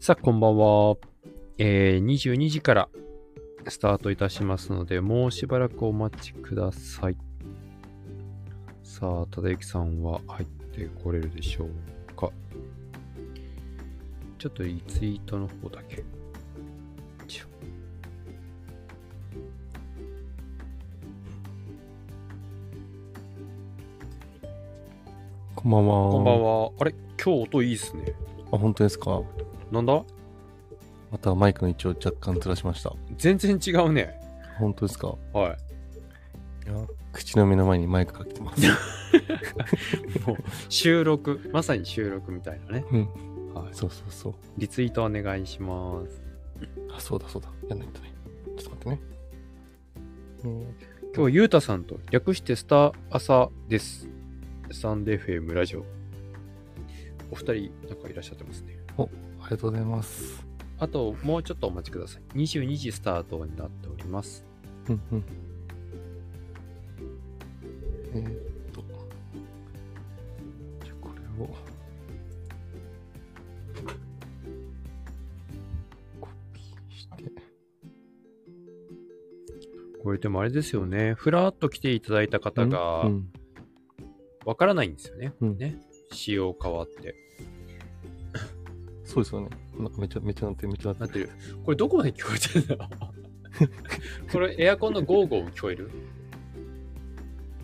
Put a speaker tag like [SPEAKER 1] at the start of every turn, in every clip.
[SPEAKER 1] さあ、こんばんは。えー、22時からスタートいたしますので、もうしばらくお待ちください。さあ、ただゆきさんは入ってこれるでしょうか。ちょっとリツイートの方だけ。よいしょ
[SPEAKER 2] こんばんは。
[SPEAKER 1] こんばんは。あれ今日音いいっすね。
[SPEAKER 2] あ、本当ですか。
[SPEAKER 1] なんだ
[SPEAKER 2] またマイクの位置を若干ずらしました。
[SPEAKER 1] 全然違うね。
[SPEAKER 2] 本当ですか。
[SPEAKER 1] はい
[SPEAKER 2] 口の目の前にマイクが来てます。
[SPEAKER 1] もう収録、まさに収録みたいなね。はい
[SPEAKER 2] そうそうそう。
[SPEAKER 1] リツイートお願いします。
[SPEAKER 2] あ、そうだそうだ。やんないとね。ちょっと待ってね。
[SPEAKER 1] 今日、ゆうたさんと略してスター朝です。スタンデー FM ラジオ。お二人、なんかいらっしゃってますね。
[SPEAKER 2] うんありがとうございます。
[SPEAKER 1] あと、もうちょっとお待ちください。22時スタートになっております。
[SPEAKER 2] うんうん。えーっと。じゃあこれを。コピーして。
[SPEAKER 1] これでもあれですよね。ふらっと来ていただいた方が
[SPEAKER 2] う、ん
[SPEAKER 1] わからないんですよね。
[SPEAKER 2] うん
[SPEAKER 1] ね仕様変わって。
[SPEAKER 2] そうですよね。なんかめちゃめちゃなってるめちゃな
[SPEAKER 1] な
[SPEAKER 2] っ
[SPEAKER 1] ってて
[SPEAKER 2] る
[SPEAKER 1] る。これどこまで聞こえてんだ これエアコンのゴーゴー聞こえる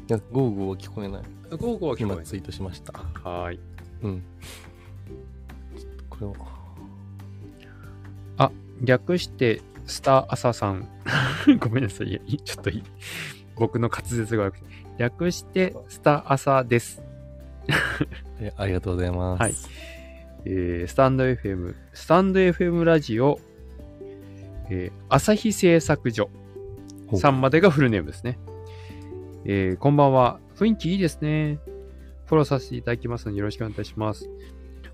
[SPEAKER 2] いや、ゴーゴーは聞こえない。
[SPEAKER 1] ゴーゴーは聞
[SPEAKER 2] 今
[SPEAKER 1] こえ
[SPEAKER 2] ツイートしました。
[SPEAKER 1] ない。はーい。
[SPEAKER 2] うん。ちょっとこれを。
[SPEAKER 1] 略してスター朝さん。 ごめんなさいいや。いいちょっといい。僕の滑舌が悪くて。略してスター朝です。
[SPEAKER 2] えありがとうございます。
[SPEAKER 1] はいえースタンド FM、スタンド FM ラジオ、えー朝日製作所
[SPEAKER 2] ほう
[SPEAKER 1] さんまでがフルネームですね。えーこんばんは。雰囲気いいですね。フォローさせていただきますのでよろしくお願いいたします。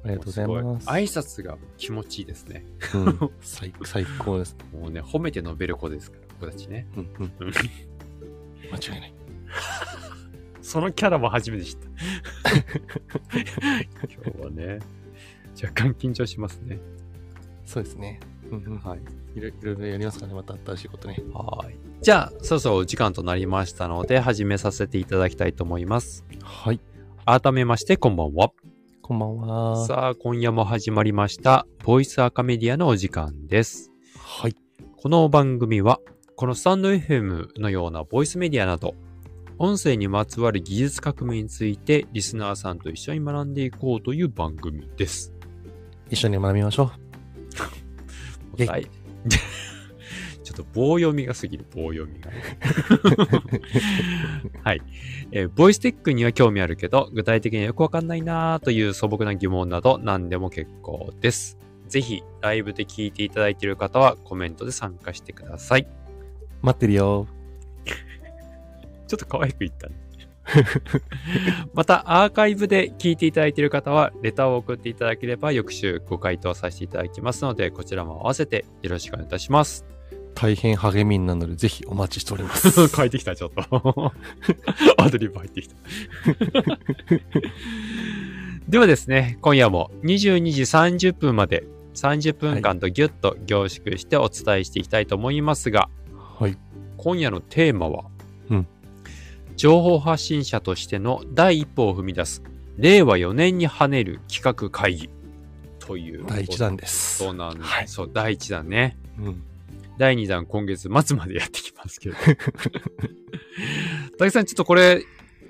[SPEAKER 2] ありがとうございます。
[SPEAKER 1] ごい挨拶が気持ちいいですね。
[SPEAKER 2] うん、最最高です。
[SPEAKER 1] もうね、褒めて述べる子ですから、僕たちね。
[SPEAKER 2] うんうん
[SPEAKER 1] うん。
[SPEAKER 2] 間違いない。
[SPEAKER 1] そのキャラも初めて知った。今日はね、若干緊張しますね。
[SPEAKER 2] そうですね。うんうん。
[SPEAKER 1] はい。
[SPEAKER 2] いろいろいろやりますからね、また新しいことね。
[SPEAKER 1] はい。じゃあ、そろそろお時間となりましたので、始めさせていただきたいと思います。
[SPEAKER 2] はい。
[SPEAKER 1] 改めまして、こんばんは。
[SPEAKER 2] こんばんは。
[SPEAKER 1] さあ、今夜も始まりました、ボイスアカメディアのお時間です。
[SPEAKER 2] はい。
[SPEAKER 1] この番組は、このスタンド FM のようなボイスメディアなど、音声にまつわる技術革命についてリスナーさんと一緒に学んでいこうという番組です。
[SPEAKER 2] 一緒に学びましょイェイ
[SPEAKER 1] はい ちょっと棒読みが過ぎる、棒読み が。はい、えーボイステックには興味あるけど、具体的にはよくわかんないなーという素朴な疑問など何でも結構です。ぜひ、ライブで聞いていただいている方はコメントで参加してください。
[SPEAKER 2] う。待ってるよ。
[SPEAKER 1] ちょっと可愛く言 ったね。また、アーカイブで聞いていただいている方は、レターを送っていただければ、翌週ご回答させていただきますので、こちらも合わせてよろしくお願いいたします。
[SPEAKER 2] 大変励みになるので、ぜひお待ちしております。
[SPEAKER 1] 変えてきた、ちょっと。 アドリブ入ってきた。 ではですね、今夜も22時30分まで30分間とギュッと凝縮してお伝えしていきたいと思いますが、
[SPEAKER 2] はい。
[SPEAKER 1] 今夜のテーマは、
[SPEAKER 2] うん
[SPEAKER 1] 情報発信者としての第一歩を踏み出す令和4年に跳ねる企画会議という
[SPEAKER 2] 第一弾です。
[SPEAKER 1] そうなんです、
[SPEAKER 2] はい
[SPEAKER 1] そう第1弾ね
[SPEAKER 2] うん。
[SPEAKER 1] 第2弾今月末までやってきますけど竹さんちょっとこれ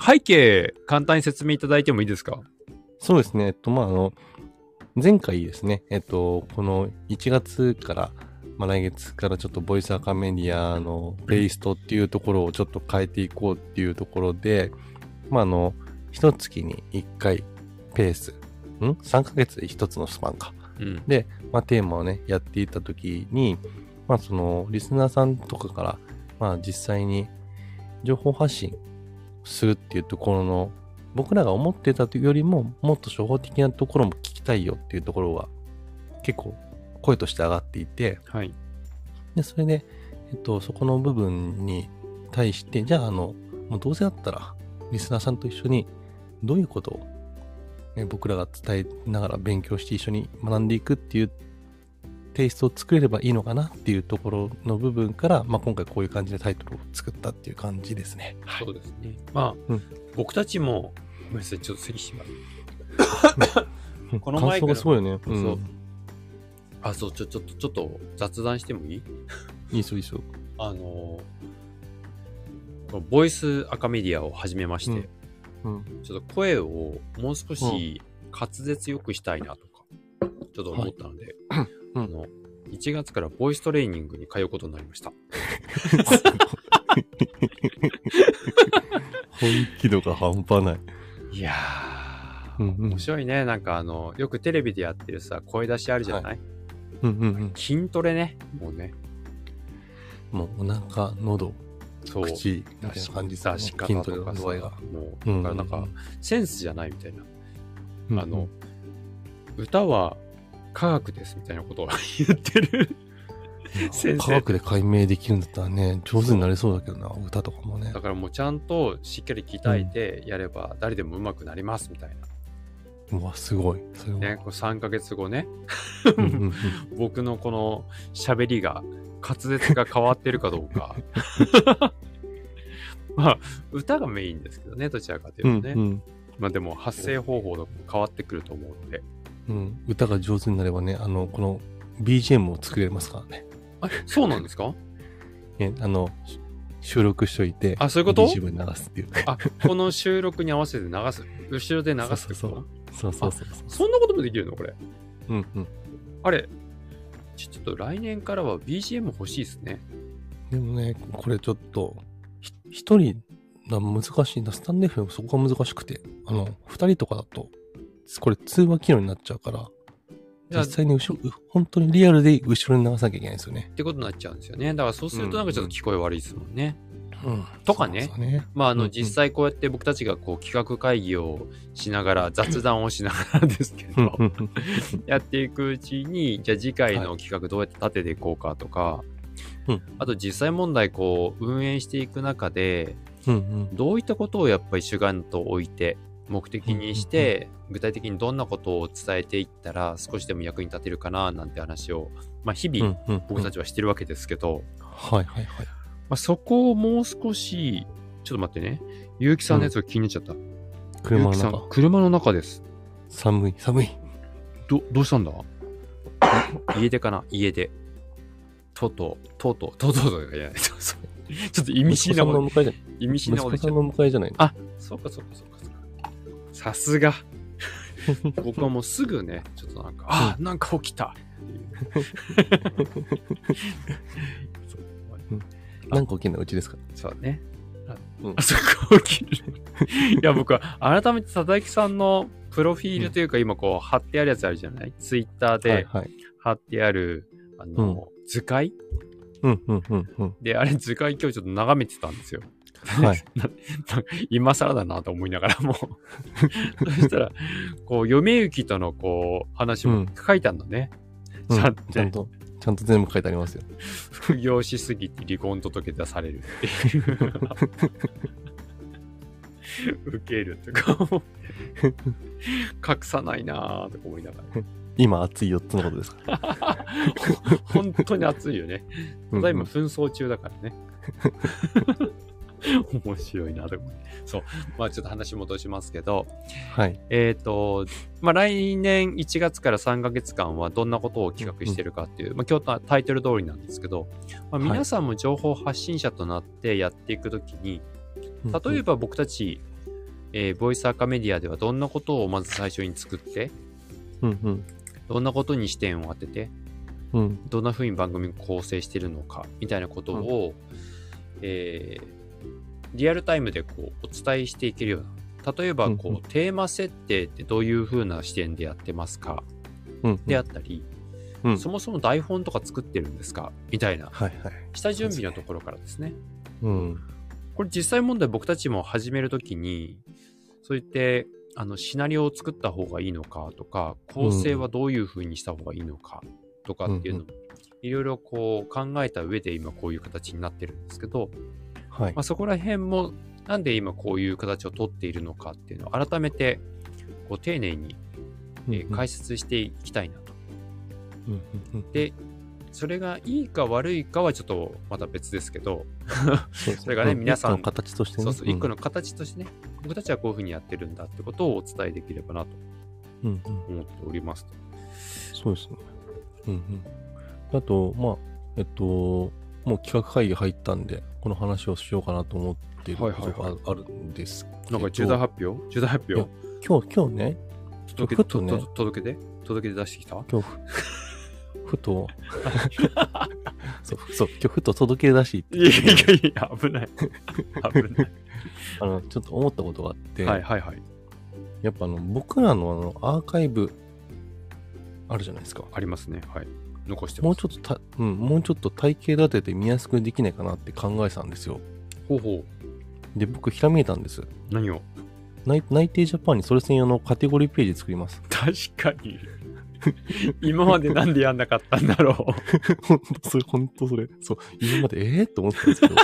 [SPEAKER 1] 背景簡単に説明いただいてもいいですか
[SPEAKER 2] そうですね。えっと、まあ、あの、前回ですね、えっと、この1月から、まあ、来月からちょっとボイスアカメディアのプレイリストっていうところをちょっと変えていこうっていうところで、まあ、あの、一月に1回ペース、ん ?3 ヶ月で1つのスパンか。
[SPEAKER 1] うん
[SPEAKER 2] まあ、テーマをね、やっていた時に、まあ、その、リスナーさんとかから、まあ、実際に情報発信するっていうところの、僕らが思ってたというよりも、もっと初歩的なところも聞きたいよっていうところが、結構、声として上がっていて、
[SPEAKER 1] はい
[SPEAKER 2] で、それで、えっと、そこの部分に対して、じゃあ、あの、もうどうせだったら、リスナーさんと一緒に、どういうことを、ね、僕らが伝えながら勉強して一緒に学んでいくっていうテイストを作れればいいのかなっていうところの部分から、まあ、今回こういう感じでタイトルを作ったっていう感じですね。はい
[SPEAKER 1] そうですね。まあ、
[SPEAKER 2] うん
[SPEAKER 1] 僕たちも、ごめんなさい、ちょっと咳します。
[SPEAKER 2] うん
[SPEAKER 1] このマイクの
[SPEAKER 2] 感想がすごいよね。う。
[SPEAKER 1] そうんあ、そう、ちょ、ちょっと、ちょっと雑談してもいい
[SPEAKER 2] いいっすよいいっすよ。
[SPEAKER 1] あのー、ボイスアカメディアを始めまして、
[SPEAKER 2] うん。
[SPEAKER 1] ちょっと声をもう少し滑舌よくしたいなとか、ちょっと思ったので、
[SPEAKER 2] うん
[SPEAKER 1] あの、1月からボイストレーニングに通うことになりました。
[SPEAKER 2] 本気度が半端ない。
[SPEAKER 1] いや
[SPEAKER 2] う
[SPEAKER 1] ー、
[SPEAKER 2] んうん
[SPEAKER 1] 面白いね。なんかあの、よくテレビでやってるさ、声出しあるじゃない、
[SPEAKER 2] うんうんうん。
[SPEAKER 1] 筋トレね。もうね。
[SPEAKER 2] もうお腹、喉、
[SPEAKER 1] そう。
[SPEAKER 2] 口みたいな感じ
[SPEAKER 1] 出し方とかさ、
[SPEAKER 2] の度合いが。
[SPEAKER 1] もう、だ
[SPEAKER 2] う
[SPEAKER 1] からなんか、、センスじゃないみたいな。
[SPEAKER 2] うん
[SPEAKER 1] あの、、歌は科学ですみたいなことを 言ってる。先生
[SPEAKER 2] 科学で解明できるんだったらね、上手になれそうだけどな、歌とかもね
[SPEAKER 1] だ。からもうちゃんとしっかり鍛えてやれば誰でも上手くなりますみたいな。
[SPEAKER 2] うわ、すごい。それは。
[SPEAKER 1] ね、こう3ヶ月後ね、
[SPEAKER 2] うんうんうん
[SPEAKER 1] 僕のこの喋りが、滑舌が変わってるかどう か。まあ、歌がメインですけどね、どちらかというとね。
[SPEAKER 2] うん
[SPEAKER 1] まあでも発声方法とかも変わってくると思うので。
[SPEAKER 2] うんうん、歌が上手になればね、あの、この BGM を作れますからね。
[SPEAKER 1] あそうなんですか
[SPEAKER 2] えあの、し収録しといて、
[SPEAKER 1] あそういうこと
[SPEAKER 2] ?BGM に流すっていう。
[SPEAKER 1] あ、この収録に合わせて流す。後ろで流すってこと
[SPEAKER 2] そうそうそうそうそうそう。
[SPEAKER 1] そんなこともできるのこれ。
[SPEAKER 2] うんうん。
[SPEAKER 1] あれ、ちょちょっと来年からは BGM 欲しいですね。
[SPEAKER 2] でもね、これちょっと、ひ一人が難しいな。スタンデーフそこが難しくて、あの、二人とかだと、これ通話機能になっちゃうから、
[SPEAKER 1] じゃあ
[SPEAKER 2] 実際に後ろ、本当にリアルで後ろに流さなきゃいけないんですよね。
[SPEAKER 1] ってことになっちゃうんですよね。だからそうするとなんかちょっと聞こえ悪いですもんね。
[SPEAKER 2] うん。
[SPEAKER 1] とかね
[SPEAKER 2] そうなんですよね。
[SPEAKER 1] まああ
[SPEAKER 2] うんう
[SPEAKER 1] の
[SPEAKER 2] ん
[SPEAKER 1] 実際こうやって僕たちがこう企画会議をしながら 雑談をしながらですけ
[SPEAKER 2] うん
[SPEAKER 1] ど
[SPEAKER 2] う、んうん。
[SPEAKER 1] やっていくうちに、じゃあ次回の企画どうやって立てていこうかとか
[SPEAKER 2] うん、
[SPEAKER 1] あと実際問題こう運営していく中で、
[SPEAKER 2] うんうん。
[SPEAKER 1] どういったことをやっぱり主眼と置いて目的にして具体的にどんなことを伝えていったら少しでも役に立てるかななんて話を、まあ、日々僕た
[SPEAKER 2] ち。
[SPEAKER 1] ちはしてるわけですけど、
[SPEAKER 2] はいはいはい。
[SPEAKER 1] まあ、そこをもう少しちょっと待ってね結城さんのやつが気になっちゃった、
[SPEAKER 2] 車の
[SPEAKER 1] 結城さ
[SPEAKER 2] 中
[SPEAKER 1] ん。車の中です
[SPEAKER 2] 寒い、 寒い。
[SPEAKER 1] どどうしたんだ家出かな家出とうとうとうとうとうとうとうとうじゃないそうそうちょっと意味深な
[SPEAKER 2] 息子さ
[SPEAKER 1] こと
[SPEAKER 2] んの迎えじゃ
[SPEAKER 1] 意味深
[SPEAKER 2] な
[SPEAKER 1] な
[SPEAKER 2] い。
[SPEAKER 1] こ
[SPEAKER 2] 息
[SPEAKER 1] と
[SPEAKER 2] 子
[SPEAKER 1] 言っちゃっ
[SPEAKER 2] さん
[SPEAKER 1] た
[SPEAKER 2] の迎えじゃないの。
[SPEAKER 1] あそうかそうかそうかそうか。さすが。 僕はもうすぐね、ちょっとなんか、あなんか起きたっていう
[SPEAKER 2] 何個大きなうちですか
[SPEAKER 1] そうね。あ
[SPEAKER 2] うん
[SPEAKER 1] あそこ起きる。 いや、僕は改めて佐々木さんのプロフィールというか、今こう貼ってあるやつあるじゃないツイッター
[SPEAKER 2] はい
[SPEAKER 1] で
[SPEAKER 2] はい。
[SPEAKER 1] 貼ってある、あの、図解
[SPEAKER 2] うんうんうん うん。
[SPEAKER 1] で、あれ図解今日ちょっと眺めてたんですよ。
[SPEAKER 2] はい。
[SPEAKER 1] 今更だなと思いながらも そしたらこう嫁行きとのこう話
[SPEAKER 2] う
[SPEAKER 1] も
[SPEAKER 2] ん
[SPEAKER 1] 書いたんだね、
[SPEAKER 2] うん
[SPEAKER 1] さ
[SPEAKER 2] ちゃん
[SPEAKER 1] て
[SPEAKER 2] と、ちゃんと全部書いてありますよ。
[SPEAKER 1] 副業しすぎて離婚届出されるっていう 受けるとか思って隠さないなぁとか思いながら
[SPEAKER 2] 今熱い4つのことですか
[SPEAKER 1] 本当に熱いよね
[SPEAKER 2] うん
[SPEAKER 1] ただいま紛争中だからね 面白いなとか思ってそうまあちょっと話戻しますけど
[SPEAKER 2] はい。
[SPEAKER 1] えっ、と、まあ、来年1月から3ヶ月間はどんなことを企画してるかっていう、まあ、今日のタイトル通りなんですけど、まあ、
[SPEAKER 2] はい
[SPEAKER 1] 皆さんも情報発信者となってやっていくときに、例えば僕たち、えーボイスアカメディアではどんなことをまず最初に作って、
[SPEAKER 2] うんうん、
[SPEAKER 1] どんなことに視点を当てて、
[SPEAKER 2] うんうん、
[SPEAKER 1] どんな風に番組を構成してるのか、みたいなことを、えーリアルタイムでこうお伝えしていけるような。例えば、こう、
[SPEAKER 2] うんうん
[SPEAKER 1] テーマ設定ってどういう風な視点でやってますか
[SPEAKER 2] うん。
[SPEAKER 1] であったり、
[SPEAKER 2] うん
[SPEAKER 1] そもそも台本とか作ってるんですかみたいな
[SPEAKER 2] はいはい。
[SPEAKER 1] 下準備のところからですね。
[SPEAKER 2] うん。
[SPEAKER 1] これ実際問題僕たちも始めるときにそう言ってあのシナリオを作った方がいいのかとか構成はどういうふうにした方がいいのかとかっていうのもいろいろこう考えた上で今こういう形になってるんですけど、
[SPEAKER 2] はい
[SPEAKER 1] まあ、。そこら辺もなんで今こういう形をとっているのかっていうのを改めてこう丁寧にえー解説していきたいなと
[SPEAKER 2] うんうんうん
[SPEAKER 1] でそれがいいか悪いかはちょっとまた別ですけど、
[SPEAKER 2] そうです
[SPEAKER 1] それがね
[SPEAKER 2] うん
[SPEAKER 1] 皆さん
[SPEAKER 2] 一個の形としてね。
[SPEAKER 1] そうそう、
[SPEAKER 2] ん
[SPEAKER 1] 一個の形としてね、僕たちはこういうふうにやってるんだってことをお伝えできればなと
[SPEAKER 2] うんうん
[SPEAKER 1] 思っております。
[SPEAKER 2] そうですね。うんうん。あと、まあ、えっと、もう企画会議入ったんで、この話をしようかなと思ってるこ
[SPEAKER 1] はいはいは
[SPEAKER 2] と
[SPEAKER 1] い
[SPEAKER 2] がああるんですけ
[SPEAKER 1] な
[SPEAKER 2] ど、
[SPEAKER 1] んか重大発表重大発
[SPEAKER 2] いや
[SPEAKER 1] 表
[SPEAKER 2] 今日、今日ね、
[SPEAKER 1] 届
[SPEAKER 2] ふ
[SPEAKER 1] け
[SPEAKER 2] っとね
[SPEAKER 1] と届けて届けて出してきた
[SPEAKER 2] 今日ふ、 ふと、そう、ふそう、今日ふと届け出し
[SPEAKER 1] いやいやいや、危ない。 危ない。
[SPEAKER 2] あの、ちょっと思ったことがあって、
[SPEAKER 1] はいはいはい。
[SPEAKER 2] やっぱあの、僕らのあの、アーカイブ、あるじゃないですか。
[SPEAKER 1] ありますね。はい。残してます。
[SPEAKER 2] もうちょっとた、うん、もうちょっと体系立てて見やすくできないかなって考えてたんですよ。
[SPEAKER 1] ほうほ
[SPEAKER 2] で、僕、ひらめいたんです。
[SPEAKER 1] う。何を
[SPEAKER 2] 内内定ジャパンにそれ専用のカテゴリーページ作 ります。
[SPEAKER 1] 確かに。今までなんでやんなかったんだろ
[SPEAKER 2] ほんとそれ、ほんとそれ。そう、今まで、ええと思ってたんです けど。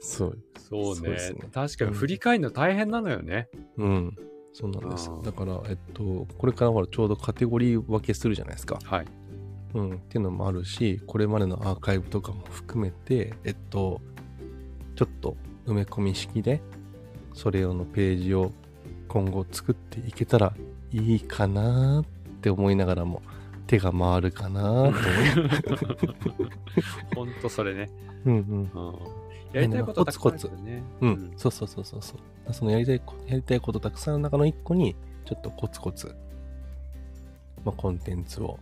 [SPEAKER 2] そう。
[SPEAKER 1] う。そう
[SPEAKER 2] そうで
[SPEAKER 1] ね。
[SPEAKER 2] すね
[SPEAKER 1] 確かに振り返るの大変なのよね。
[SPEAKER 2] うん。そうなんです
[SPEAKER 1] あー。
[SPEAKER 2] だから、えっと、これからほら、ちょうどカテゴリー分けするじゃないですか。
[SPEAKER 1] はい。
[SPEAKER 2] うん。っていうのもあるし、これまでのアーカイブとかも含めて、えっと、ちょっと埋め込み式で、それ用のページを今後作っていけたらいいかなって思いながらも、手が回るかなと思い
[SPEAKER 1] ほんとそれね。
[SPEAKER 2] うんう
[SPEAKER 1] う
[SPEAKER 2] ん。
[SPEAKER 1] んやりたいことたくさんあるけどね。
[SPEAKER 2] うん、そうそうそうそうそう。そのやりたいこ、やりたいことたくさんの中の一個に、ちょっとコツコツ、まあ、コンテンツを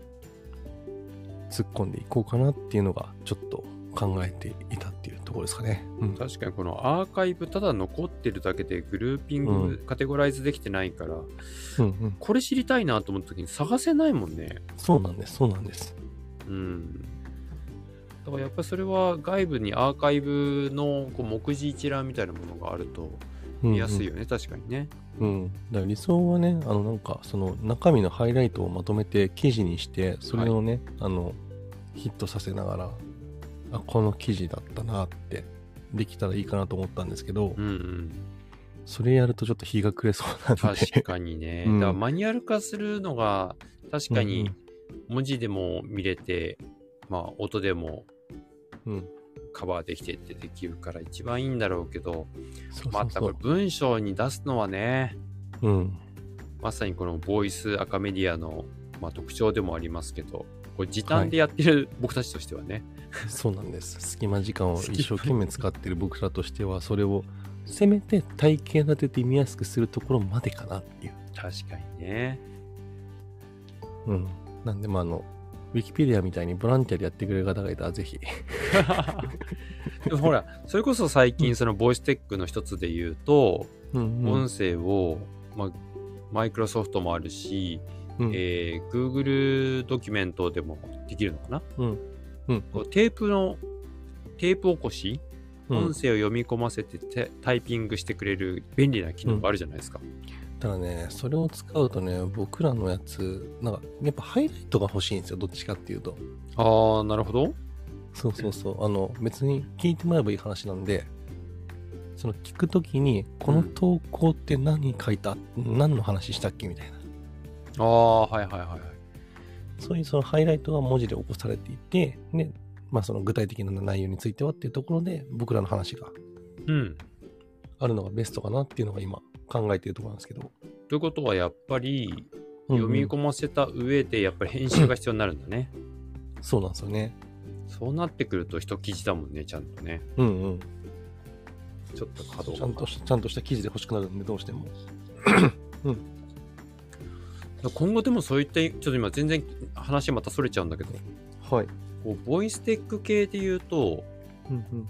[SPEAKER 2] 突っ込んでいこうかなっていうのが、ちょっと考えていたっていうところですかね。うん。
[SPEAKER 1] 確かにこのアーカイブただ残ってるだけでグルーピング、
[SPEAKER 2] うん
[SPEAKER 1] カテゴライズできてないから
[SPEAKER 2] うんうん。
[SPEAKER 1] これ知りたいなと思った時に探せないもんね。
[SPEAKER 2] そうなんです、そうなんです。
[SPEAKER 1] うん。だからやっぱりそれは外部にアーカイブのこう目次一覧みたいなものがあると見やすい
[SPEAKER 2] よ。
[SPEAKER 1] よね、確かにね。
[SPEAKER 2] うん。だから理想はね、あの、なんか、その中身のハイライトをまとめて記事にして、それをね、あの、ヒットさせながら、あ、この記事だったなって、できたらいいかなと思ったんですけど、
[SPEAKER 1] うんうん。
[SPEAKER 2] それやるとちょっと日が暮れそうなんで。
[SPEAKER 1] 確かにね。
[SPEAKER 2] うん
[SPEAKER 1] だからマニュアル化するのが確か
[SPEAKER 2] うん
[SPEAKER 1] に
[SPEAKER 2] うん
[SPEAKER 1] 文字でも見れて、まあ音でも
[SPEAKER 2] うん。
[SPEAKER 1] カバーできてってできるから一番いいんだろうけど、
[SPEAKER 2] そうそ
[SPEAKER 1] ま
[SPEAKER 2] う
[SPEAKER 1] た
[SPEAKER 2] そ
[SPEAKER 1] これ
[SPEAKER 2] う。
[SPEAKER 1] 文章に出すのはね、
[SPEAKER 2] うん。
[SPEAKER 1] まさにこのボイスアカメディアの、まあ、特徴でもありますけど、これ時短でやってる僕たちとしてはね、
[SPEAKER 2] そうなんです。隙間時間を
[SPEAKER 1] 隙間
[SPEAKER 2] 一生懸命使ってる僕らとしては、それをせめて体型立てて見やすくするところまでかなっていう。
[SPEAKER 1] 確かにね。
[SPEAKER 2] うん。なんで、まあ、あの、ウィキペディアみたいにボランティアでやってくれる方がいたら、ぜひ。
[SPEAKER 1] でもほら、それこそ最近、そのボイステックの一つで言うと、
[SPEAKER 2] うんうん
[SPEAKER 1] 音声を、まあ、マイクロソフトもあるし、
[SPEAKER 2] うん
[SPEAKER 1] えー Google ドキュメントでもできるのかな、
[SPEAKER 2] うんうん
[SPEAKER 1] こうテープの、テープ起こし、
[SPEAKER 2] うん
[SPEAKER 1] 音声を読み込ませててタイピングしてくれる便利な機能があるじゃないですか。
[SPEAKER 2] ただね、それを使うとね、僕らのやつ、なんか、やっぱハイライトが欲しいんですよ、どっちかっていうと。
[SPEAKER 1] ああ、なるほど。
[SPEAKER 2] そうそうそう。あの、別に聞いてもらえばいい話なんで、その聞くときに、この投稿って何書いた、何の話したっけみたいな。
[SPEAKER 1] ああ、はいはいはい。
[SPEAKER 2] そういうそのハイライトが文字で起こされていて、ね、まあその具体的な内容についてはっていうところで、僕らの話が
[SPEAKER 1] うん。
[SPEAKER 2] あるのがベストかなっていうのが今考えているところなんですけど。
[SPEAKER 1] ということは、やっぱり、読み込ませた上で、やっぱり編集が必要になるんだね。
[SPEAKER 2] む。そうなんですよね。
[SPEAKER 1] そうなってくると一記事だもんね、ちゃんとね。
[SPEAKER 2] うんうん。
[SPEAKER 1] ちょっと稼働
[SPEAKER 2] ちゃんとし、ちゃんとした記事で欲しくなるんで、どうしても。
[SPEAKER 1] 今後でもそういった、ちょっと今全然話またそれちゃうんだけど、
[SPEAKER 2] はい。
[SPEAKER 1] こうボイステック系で言うと、
[SPEAKER 2] うんうん。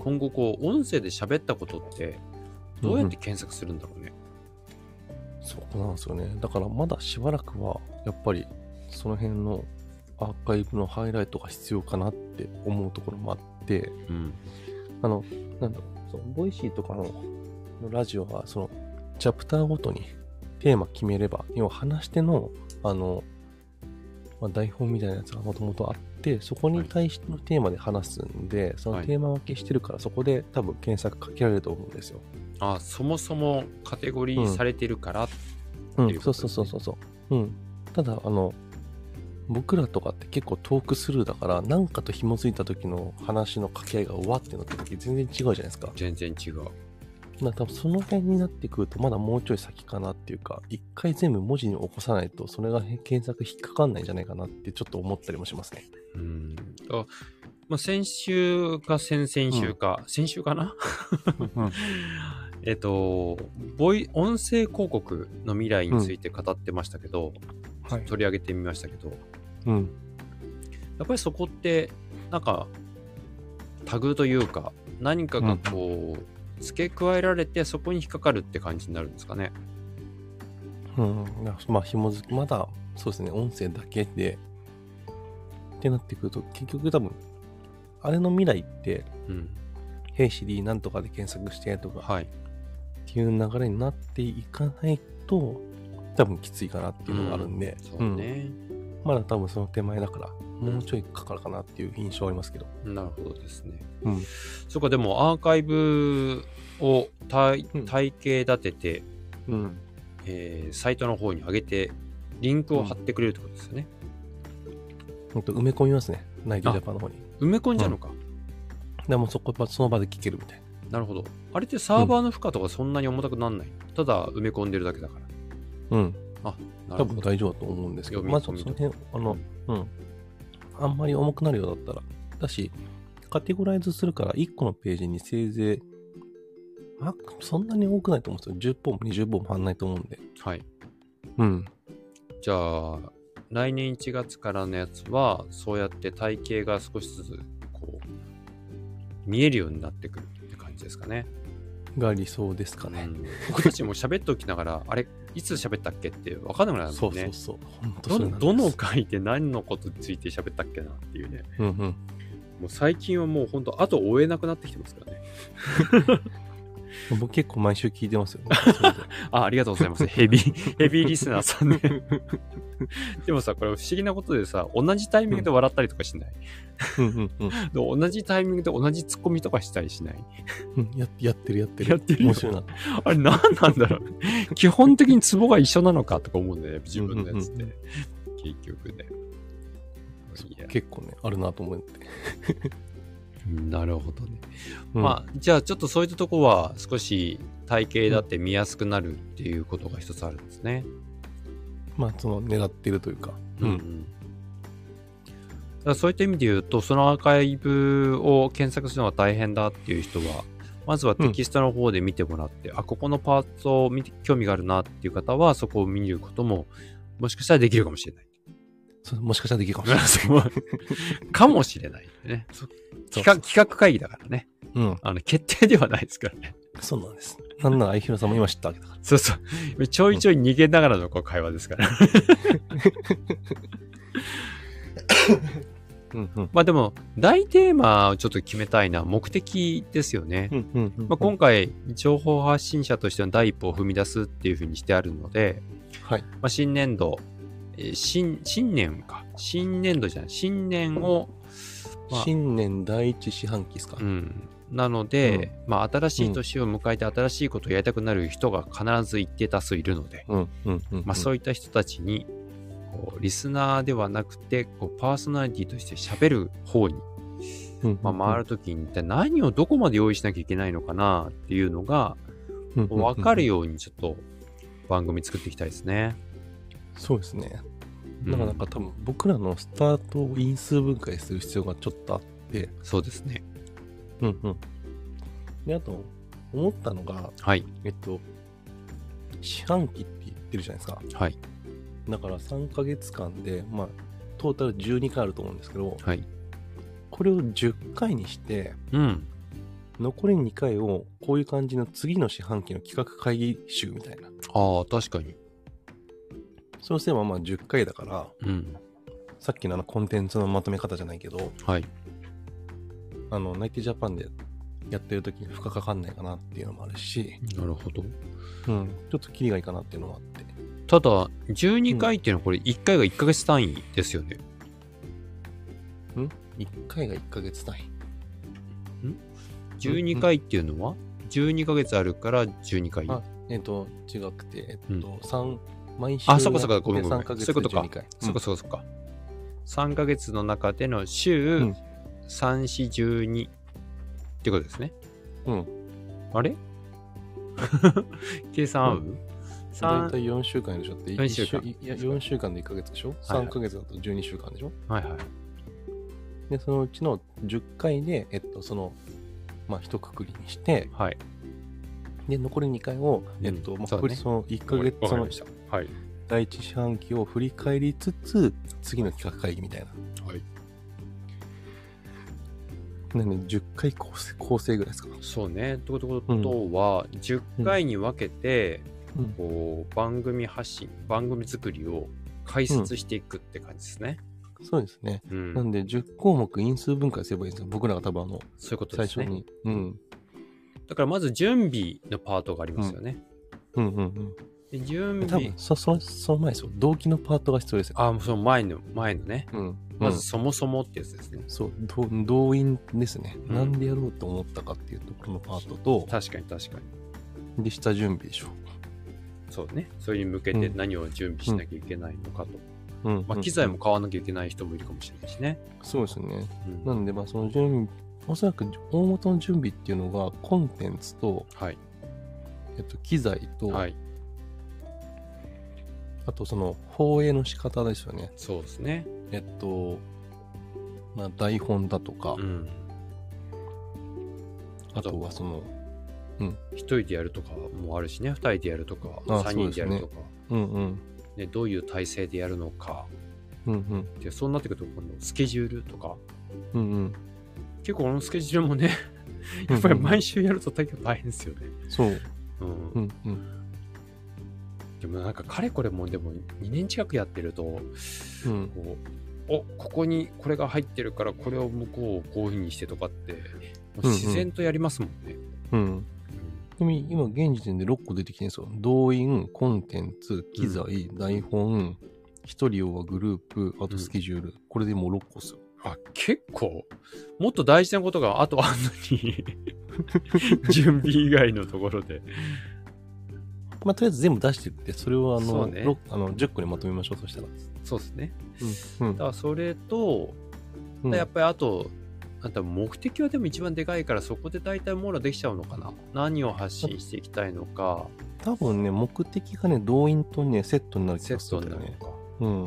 [SPEAKER 1] 今後こう、音声で喋ったことって、どうやって検索するんだろうね。
[SPEAKER 2] そこなんですよね。だからまだしばらくは、やっぱりその辺のアーカイブのハイライトが必要かなって思うところもあって、
[SPEAKER 1] うん。
[SPEAKER 2] あの、なんだろう、そのボイシーとかののラジオは、その、チャプターごとにテーマ決めれば、要は話しての、あの、まあ、台本みたいなやつがもともとあって、そこに対してのテーマで話すんで、そのテーマ分けしてるから、そこで多分検索かけられると思うんですよ。
[SPEAKER 1] あそもそもカテゴリーされてるから、
[SPEAKER 2] う
[SPEAKER 1] ってい
[SPEAKER 2] ん、
[SPEAKER 1] うこ
[SPEAKER 2] そう
[SPEAKER 1] とですね
[SPEAKER 2] そうそうそうそう。うん。ただ、あの、僕らとかって結構トークスルーだから、なんかと紐づいた時の話の掛け合いがうわってなった時全然違うじゃないですか。
[SPEAKER 1] 全然違う。
[SPEAKER 2] まあ多分その辺になってくるとまだもうちょい先かなっていうか、一回全部文字に起こさないと、それが検索引っかかんないんじゃないかなってちょっと思ったりもしますね。
[SPEAKER 1] うん。あまあ、先週か先々週か、先週かな えっと、ボイ、音声広告の未来について語ってましたけど、
[SPEAKER 2] はい。
[SPEAKER 1] 取り上げてみましたけど、
[SPEAKER 2] うん。
[SPEAKER 1] やっぱりそこって、なんか、タグというか、何かがこう、付け加えられて、そこに引っかかるって感じになるんですかね。
[SPEAKER 2] うん。まあ紐づく、まだそうですね、音声だけで、ってなってくると、結局多分、あれの未来って、
[SPEAKER 1] うん。
[SPEAKER 2] ヘイシリーなんとかで検索してとか
[SPEAKER 1] はい。
[SPEAKER 2] っていう流れになっていかないと、多分きついかなっていうのがあるんで、
[SPEAKER 1] そうね。
[SPEAKER 2] うんまだ多分その手前だから、もうちょいかかるかなっていう印象はありますけど。
[SPEAKER 1] なるほどですね。
[SPEAKER 2] うん
[SPEAKER 1] そうか、でもアーカイブを体
[SPEAKER 2] うん
[SPEAKER 1] 体系立てて、
[SPEAKER 2] うん。
[SPEAKER 1] えーサイトの方に上げて、リンクを貼ってくれるってことですよね。
[SPEAKER 2] ほんと埋め込みますね、ナイトジャパンの方に。
[SPEAKER 1] 埋め込んじゃうのか。
[SPEAKER 2] でもそこ、その場で聞けるみたい
[SPEAKER 1] な
[SPEAKER 2] な。
[SPEAKER 1] るほど。あれってサーバーの負荷とかそんなに重たくなんない。ただ埋め込んでるだけだから。
[SPEAKER 2] うん。
[SPEAKER 1] なるほ
[SPEAKER 2] 多分
[SPEAKER 1] ど。
[SPEAKER 2] 大丈夫だと思うんですけど、
[SPEAKER 1] 読み
[SPEAKER 2] まあちょっとその辺、あの、うん。あんまり重くなるようだったら。だし、カテゴライズするから、1個のページにせいぜい、まあ、そんなに多くないと思うんですよ。10本も20本も貼んないと思うんで。
[SPEAKER 1] はい。
[SPEAKER 2] うん。
[SPEAKER 1] じゃあ、来年1月からのやつは、そうやって体系が少しずつ、こう、見えるようになってくるって感じですかね。
[SPEAKER 2] が理想ですかね。
[SPEAKER 1] うん僕たちも喋っておきながら、あれ、いつ喋ったっけって分かんなくなる
[SPEAKER 2] そ
[SPEAKER 1] もん
[SPEAKER 2] うそ
[SPEAKER 1] ね
[SPEAKER 2] う。そう。本当
[SPEAKER 1] ど
[SPEAKER 2] そうなん
[SPEAKER 1] の
[SPEAKER 2] です
[SPEAKER 1] どの回で何のことについて喋ったっけなっていうね。
[SPEAKER 2] うんうん。
[SPEAKER 1] もう最近はもう本当、後を追えなくなってきてますからね。
[SPEAKER 2] 僕結構毎週聞いてますよ、ね。
[SPEAKER 1] あ、ありがとうございます。ヘビ ー、ヘビーリスナーさんね。 でもさ、これ不思議なことでさ、同じタイミングで笑ったりとかしない。
[SPEAKER 2] それで うんうんうん
[SPEAKER 1] で同じタイミングで同じツッコミとかしたりしない。
[SPEAKER 2] うん。ややってるやってる。
[SPEAKER 1] やってるよ
[SPEAKER 2] 面白いな。
[SPEAKER 1] あれ何なんだろう基本的にツボが一緒なのかとか思うんだよね、自分のやつって。結局ね。いや
[SPEAKER 2] 結構ね、あるなと思って。
[SPEAKER 1] なるほどね。
[SPEAKER 2] うん
[SPEAKER 1] まあ、じゃあちょっとそういったとこは少し体型だって見やすくなるっていうことが一つあるんですね。
[SPEAKER 2] まあ、その狙ってるというか。
[SPEAKER 1] んだからそういった意味で言うとそのアーカイブを検索するのが大変だっていう人はまずはテキストの方で見てもらって、あここのパーツを見て興味があるなっていう方はそこを見ることももしかしたらできるかもし れない。
[SPEAKER 2] そもしかしたらできるかもしれない。
[SPEAKER 1] かもしれないね
[SPEAKER 2] そう
[SPEAKER 1] 企画。企画会議だからね。
[SPEAKER 2] うん。
[SPEAKER 1] あの決定ではないですからね。
[SPEAKER 2] そうなんです。なんなら、相広さんも今知ったわけだから。
[SPEAKER 1] そうそう。ちょいちょい逃げながらのこう会話ですから。
[SPEAKER 2] うんうん。
[SPEAKER 1] まあでも、大テーマをちょっと決めたいな、目的ですよね。
[SPEAKER 2] うんうんうん。
[SPEAKER 1] まあ、今回、情報発信者としての第一歩を踏み出すっていうふうにしてあるので、
[SPEAKER 2] はい。
[SPEAKER 1] まあ、新年度、えー新、新年か。新年度じゃない。新年を、まあ
[SPEAKER 2] 新年第一四半期ですか
[SPEAKER 1] う。ん。なので、まあ、新しい年を迎えて新しいことをやりたくなる人が必ず一定多数いるので、
[SPEAKER 2] うんうんうん。
[SPEAKER 1] まあ、そういった人たちに、こうリスナーではなくて、こうパーソナリティとして喋る方に
[SPEAKER 2] うん。
[SPEAKER 1] まあ、回るときに一体何をどこまで用意しなきゃいけないのかなっていうのが
[SPEAKER 2] る
[SPEAKER 1] 分かる。ようにちょっと番組作っていきたいですね。
[SPEAKER 2] そうですね。
[SPEAKER 1] うん
[SPEAKER 2] なかなか多分、僕らのスタートを因数分解する必要がちょっとあって。
[SPEAKER 1] そうですね。
[SPEAKER 2] うんうん。で、あと、思ったのが、
[SPEAKER 1] はい。
[SPEAKER 2] えっと、四半期って言ってるじゃないですか。
[SPEAKER 1] はい。
[SPEAKER 2] だから3ヶ月間で、まあ、トータル12回あると思うんですけど、
[SPEAKER 1] はい。
[SPEAKER 2] これを10回にして、
[SPEAKER 1] うん。
[SPEAKER 2] 残り2回をこういう感じの次の四半期の企画会議集みたいな。
[SPEAKER 1] ああ、確かに。
[SPEAKER 2] そうすればまあ10回だから、
[SPEAKER 1] うん。
[SPEAKER 2] さっきのあのコンテンツのまとめ方じゃないけど、
[SPEAKER 1] はい。
[SPEAKER 2] あの、ナイティジャパンでやってる時に負荷かかんないかなっていうのもあるし、
[SPEAKER 1] なるほど。
[SPEAKER 2] うん、ちょっとキリがいいかなっていうのもあって。
[SPEAKER 1] ただ、12回っていうのはこれ1回が1ヶ月単位ですよね。
[SPEAKER 2] 1回が1ヶ月単位。
[SPEAKER 1] 12回っていうのは12ヶ月あるから12回。
[SPEAKER 2] あえっと、違くて、えっと、
[SPEAKER 1] うん
[SPEAKER 2] 3、毎週
[SPEAKER 1] あそっかそっかごめんごめん
[SPEAKER 2] 3ヶ月
[SPEAKER 1] そういうこ
[SPEAKER 2] で
[SPEAKER 1] とか
[SPEAKER 2] 12回。
[SPEAKER 1] そっかそっかそっか。 3ヶ月の中での週
[SPEAKER 2] うん
[SPEAKER 1] 3、4、12ってことですね。
[SPEAKER 2] うん。
[SPEAKER 1] あれ計算合う、
[SPEAKER 2] うだいた
[SPEAKER 1] 三
[SPEAKER 2] い4週間でしょって。
[SPEAKER 1] 4週間
[SPEAKER 2] 一いや、4週間で1ヶ月でしょ
[SPEAKER 1] はいはい
[SPEAKER 2] ?3 ヶ月だと12週間でしょ
[SPEAKER 1] はいはい。
[SPEAKER 2] で、そのうちの10回で、えっと、その、まあ、一括りにして、
[SPEAKER 1] はい。
[SPEAKER 2] で、残り2回を、
[SPEAKER 1] うん
[SPEAKER 2] えっと、ま
[SPEAKER 1] そ
[SPEAKER 2] あ、
[SPEAKER 1] うね
[SPEAKER 2] これその1ヶ月、
[SPEAKER 1] わか
[SPEAKER 2] そ
[SPEAKER 1] り
[SPEAKER 2] の
[SPEAKER 1] ました。はい。
[SPEAKER 2] 第一四半期を振り返りつつ、次の企画会議みたいな。
[SPEAKER 1] はい。
[SPEAKER 2] なんで、10回構成構成ぐらいですか
[SPEAKER 1] そうね。ってことは、10回に分けて、
[SPEAKER 2] うん
[SPEAKER 1] こう、番組発信、番組作りを解説していくって感じですね。
[SPEAKER 2] そうですね。
[SPEAKER 1] うん。
[SPEAKER 2] なんで、10項目因数分解すればいいんですよ。僕らが多分あの、
[SPEAKER 1] そういうこと
[SPEAKER 2] 最
[SPEAKER 1] です
[SPEAKER 2] 初
[SPEAKER 1] ね。
[SPEAKER 2] に。うん。
[SPEAKER 1] だからまず準備のパートがありますよね。
[SPEAKER 2] うんうん
[SPEAKER 1] で準
[SPEAKER 2] うん。多
[SPEAKER 1] 備
[SPEAKER 2] 分、そ、その、その前ですよ。動機のパートが必要ですよ。
[SPEAKER 1] あその前の前のね
[SPEAKER 2] うん。
[SPEAKER 1] ま
[SPEAKER 2] ま
[SPEAKER 1] ず
[SPEAKER 2] ず、
[SPEAKER 1] そもそもってやつですね、
[SPEAKER 2] そう、ど動員ですね。
[SPEAKER 1] うん
[SPEAKER 2] な、んでやろうと思ったかっていうところのパートと、
[SPEAKER 1] 確かに確かに
[SPEAKER 2] で、下準備でしょ。
[SPEAKER 1] そうねそれに向けて
[SPEAKER 2] うん
[SPEAKER 1] 何を準備しなきゃいけないのかと、
[SPEAKER 2] うん
[SPEAKER 1] まあ、機材も。買わなきゃいけない人もいるかもしれないしね、
[SPEAKER 2] そうですね。
[SPEAKER 1] うん
[SPEAKER 2] なんで、まあ、その準備、おそらく大元の準備っていうのが、コンテンツと、
[SPEAKER 1] はい
[SPEAKER 2] えっと、機材と、
[SPEAKER 1] はい
[SPEAKER 2] あとその放映の仕方ですよね。
[SPEAKER 1] そうですね
[SPEAKER 2] えっと、まあ、台本だとか、
[SPEAKER 1] うん
[SPEAKER 2] あとはその、
[SPEAKER 1] 一人でやるとかもあるしね二人でやるとか
[SPEAKER 2] あ
[SPEAKER 1] 三人でやるとか
[SPEAKER 2] うんうん、
[SPEAKER 1] ねどういう体制でやるのか
[SPEAKER 2] うんうん、
[SPEAKER 1] でそうなってくると今度スケジュールとか
[SPEAKER 2] うんうん。
[SPEAKER 1] 結構このスケジュールもねやっぱり毎
[SPEAKER 2] 週。
[SPEAKER 1] 週やると大変大変ですよね、
[SPEAKER 2] そう、
[SPEAKER 1] うん
[SPEAKER 2] うんうん、
[SPEAKER 1] でもなんかかれこれもうでも2年近くやってるとこ
[SPEAKER 2] うん。
[SPEAKER 1] うおここにこれが入ってるからこれを向こうをこういうふうにしてとかってもう自然とやりますもんね。
[SPEAKER 2] うん。ちなみに今現時点で6個出てきてるんですよ。動員、コンテンツ、機材、台本、一人はグループ、あとスケジュール。これでもう6個っすよ。
[SPEAKER 1] あ結構もっと大事なことがあとあんの に準備以外のところで
[SPEAKER 2] まあ、とりあえず全部出してって、それをあ
[SPEAKER 1] そう
[SPEAKER 2] の、
[SPEAKER 1] ね
[SPEAKER 2] ろあの10個にまとめましょう、そしたら。
[SPEAKER 1] そうですね。
[SPEAKER 2] うん
[SPEAKER 1] だからそれと、
[SPEAKER 2] うん。
[SPEAKER 1] やっぱりあとあと目的はでも一番でかいからそこで大体網羅できちゃうのかな何を発信していきたいのか
[SPEAKER 2] 多分ね、目的がね、動員とね、セットになる気
[SPEAKER 1] セ
[SPEAKER 2] が
[SPEAKER 1] ッ
[SPEAKER 2] する
[SPEAKER 1] ト
[SPEAKER 2] ん
[SPEAKER 1] に
[SPEAKER 2] だ
[SPEAKER 1] な
[SPEAKER 2] よ
[SPEAKER 1] る
[SPEAKER 2] ね
[SPEAKER 1] の。か。
[SPEAKER 2] うん。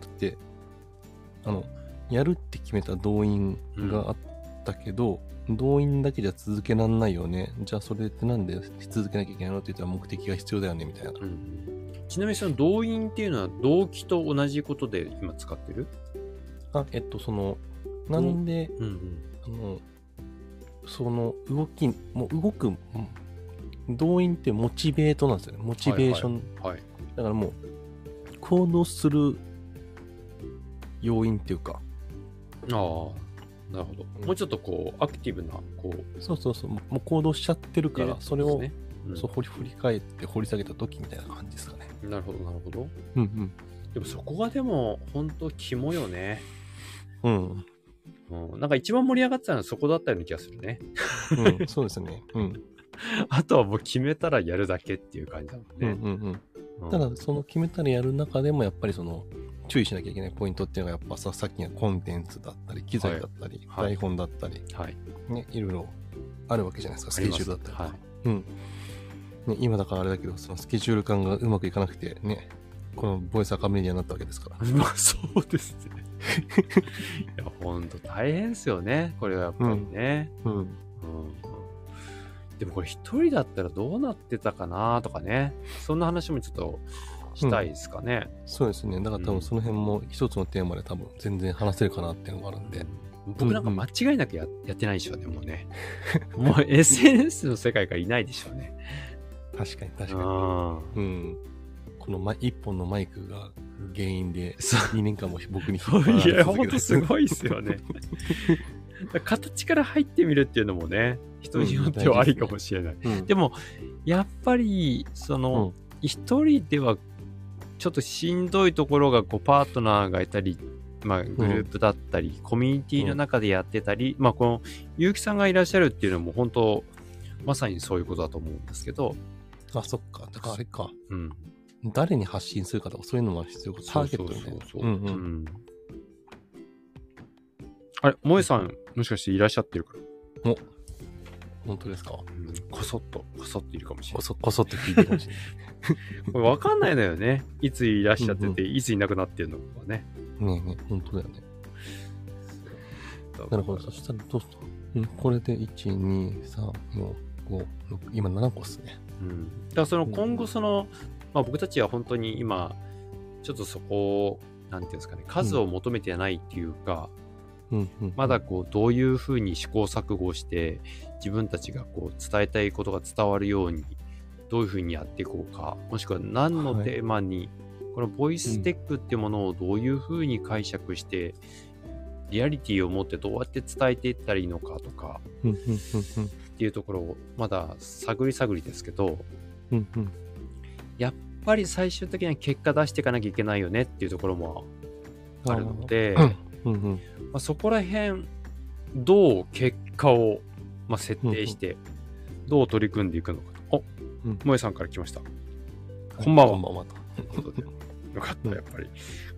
[SPEAKER 2] だって、あの、やるって決めた動員があったけど、動員だけじゃ続けらんないよね。じゃあそれってなんで続けなきゃいけないのって言ったら目的が必要だよねみたいな。
[SPEAKER 1] うんちなみにその動員っていうのは動機と同じことで今使ってる
[SPEAKER 2] あ、えっと、その、なんで、
[SPEAKER 1] うんうん。
[SPEAKER 2] あの、その動き、もう動く、うん動員ってモチベートなんですよね。モチベーション。
[SPEAKER 1] はい。
[SPEAKER 2] だからもう、行動する要因っていう
[SPEAKER 1] あ
[SPEAKER 2] か、
[SPEAKER 1] あ、なるほど。
[SPEAKER 2] うん
[SPEAKER 1] もうちょっとこう、アクティブな、こう、
[SPEAKER 2] そうそうそう、もう行動しちゃってるから、それを、
[SPEAKER 1] ねうん
[SPEAKER 2] そう、掘り振り返って掘り下げた時みたいな感じですかね。
[SPEAKER 1] なるほど、なるほど。
[SPEAKER 2] うん
[SPEAKER 1] でもそこがでも、本当肝よね。
[SPEAKER 2] うん。うん。
[SPEAKER 1] うん、なんか一番盛り上がってたのはそこだったような気がするね。
[SPEAKER 2] うん、 そうですね。うん。
[SPEAKER 1] あとはもう決めたらやるだけっていう感じだもん
[SPEAKER 2] うん
[SPEAKER 1] ね。
[SPEAKER 2] うんうん。
[SPEAKER 1] うん
[SPEAKER 2] ただ、その決めたらやる中でも、やっぱりその、注意しなきゃいけないポイントっていうのが、やっぱさ、さっきのコンテンツだったり、機材だったり、
[SPEAKER 1] はいはい
[SPEAKER 2] 台本だったり、
[SPEAKER 1] はい。
[SPEAKER 2] ね、いろいろあるわけじゃないですか、スケジュールだったりとか。
[SPEAKER 1] はい。
[SPEAKER 2] うん。ね、今だからあれだけど、そのスケジュール感がうまくいかなくて、ね、このボイスアカメディアになったわけですから。
[SPEAKER 1] まあそうですね。 いや、ほんと大変ですよね。これはやっぱりね。
[SPEAKER 2] うん。
[SPEAKER 1] うんでもこれ一人だったらどうなってたかなとかね。そんな話もちょっとしたいですかね。
[SPEAKER 2] そうですね。だから多
[SPEAKER 1] うん
[SPEAKER 2] 分その辺も一つのテーマで多分全然話せるかなっていうのがあるんで。
[SPEAKER 1] 僕なんか間違いなくややってないでしょうね、もう ね。もう SNS の世界からいないでしょうね。
[SPEAKER 2] 確かに確
[SPEAKER 1] う
[SPEAKER 2] か
[SPEAKER 1] ん。
[SPEAKER 2] に。うん。このま一本のマイクが原因で
[SPEAKER 1] そ
[SPEAKER 2] 2年間も僕に引っ張 ら
[SPEAKER 1] う。い
[SPEAKER 2] れ
[SPEAKER 1] や、
[SPEAKER 2] 続
[SPEAKER 1] ほん
[SPEAKER 2] けた
[SPEAKER 1] とすごいですよ ね。形から入ってみるっていうのもね、人によってはありかもしれない。
[SPEAKER 2] うん
[SPEAKER 1] でも、やっぱり、その、一人では、ちょっとしんどいところが、こう、パートナーがいたり、まあ、グループだったり、コミュニティの中でやってたり、まあ、この、結城さんがいらっしゃるっていうのも、本当まさにそういうことだと思うんですけど、
[SPEAKER 2] あ、そっか。だからあれか。
[SPEAKER 1] うん。
[SPEAKER 2] 誰に発信するかとか、そういうのも必要か。ターゲットみたいな。
[SPEAKER 1] そうそうそうそう
[SPEAKER 2] うんう。
[SPEAKER 1] うんんあれ、萌えさん、もしかしていらっしゃってるから、
[SPEAKER 2] 本当ですか
[SPEAKER 1] こそっと、こそっといるかもしれ
[SPEAKER 2] こ
[SPEAKER 1] な
[SPEAKER 2] そ、こそって聞いてほしい。
[SPEAKER 1] い。これわかんないのよね。いついらっしゃって
[SPEAKER 2] うん
[SPEAKER 1] て、いついなくなってるのかはね。
[SPEAKER 2] ねえねえ、本当だよね。なるほど。そしたらどうするんこれで、1、2、3、4、5、6、今7個っすね。
[SPEAKER 1] うんだからその今後その、まあ、僕たちは本当に今ちょっとそこをなんていうんですかね数を求めてないっていうか、
[SPEAKER 2] うんうん。
[SPEAKER 1] まだこうどういうふうに試行錯誤して自分たちがこう伝えたいことが伝わるようにどういうふうにやっていこうかもしくは何の
[SPEAKER 2] はい
[SPEAKER 1] テーマに、このボイステックっていうものをどういうふうに解釈して、リアリティを持ってどうやって伝えていったらいいのかとか
[SPEAKER 2] うんうんうん
[SPEAKER 1] っていうところをまだ探り探りですけど、
[SPEAKER 2] うん。うんうん。
[SPEAKER 1] やっぱり最終的には結果出していかなきゃいけないよねっていうところもあるので、
[SPEAKER 2] あ
[SPEAKER 1] ま
[SPEAKER 2] ー。うんうん。
[SPEAKER 1] あ、そこら辺どう結果を、まあ、設定してどう取り組んでいくのかと。お
[SPEAKER 2] うん
[SPEAKER 1] 萌えさんから来ました。こんばんは
[SPEAKER 2] こんばんはと。
[SPEAKER 1] ということでよかった、やっぱり。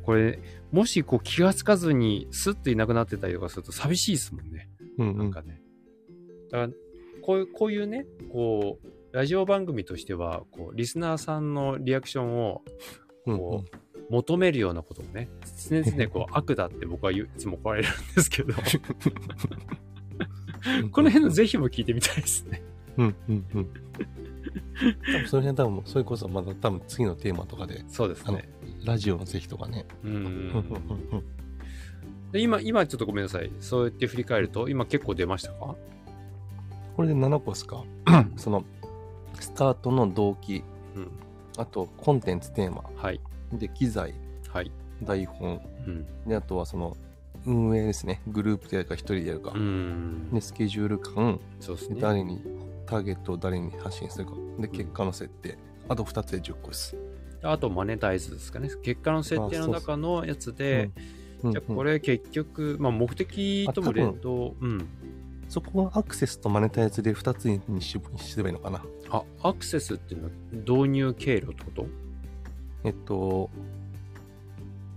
[SPEAKER 1] これ、もしこう気がつかずにスッといなくなってたりとかすると寂しいですもんね。
[SPEAKER 2] うんう
[SPEAKER 1] なん
[SPEAKER 2] ん。
[SPEAKER 1] かね。だからこういう、こういうね、こう、ラジオ番組としては、こう、リスナーさんのリアクションを
[SPEAKER 2] うん
[SPEAKER 1] こ求めるようなことをね常 々こう悪だって僕は言ういつも怒られるんですけど
[SPEAKER 2] うん
[SPEAKER 1] この辺の是非も聞いてみたいですね。
[SPEAKER 2] うんうんうん。多分その辺多分、それこそまた多分次のテーマとかで、
[SPEAKER 1] そうですね。
[SPEAKER 2] ラジオの是非とかね。
[SPEAKER 1] うんうん
[SPEAKER 2] うん
[SPEAKER 1] うんで今今ちょっとごめんなさいそうやって振り返ると今結構出ましたか
[SPEAKER 2] これで7個ですかその、スタートの動機、
[SPEAKER 1] うん
[SPEAKER 2] あとコンテンツテーマ、
[SPEAKER 1] はい
[SPEAKER 2] で、機材、
[SPEAKER 1] はい。
[SPEAKER 2] 台本、
[SPEAKER 1] うん
[SPEAKER 2] で、あとはその、運営ですね。グループでやるか、一人でやるか
[SPEAKER 1] う。ん
[SPEAKER 2] で、スケジュール感、
[SPEAKER 1] そうです
[SPEAKER 2] で
[SPEAKER 1] ね。
[SPEAKER 2] 誰に、ターゲットを誰に発信するか。で、結果の設定。あと2つで10個です。
[SPEAKER 1] あとマネタイズですかね結果の設定の中のやつで
[SPEAKER 2] うん
[SPEAKER 1] じゃあ
[SPEAKER 2] うん
[SPEAKER 1] これ結局、まあ、目的とも連動うん
[SPEAKER 2] そこはアクセスとマネタイズで2つにしすればいいのかな。
[SPEAKER 1] あアクセスっていうのは導入経路ってこと
[SPEAKER 2] えっと、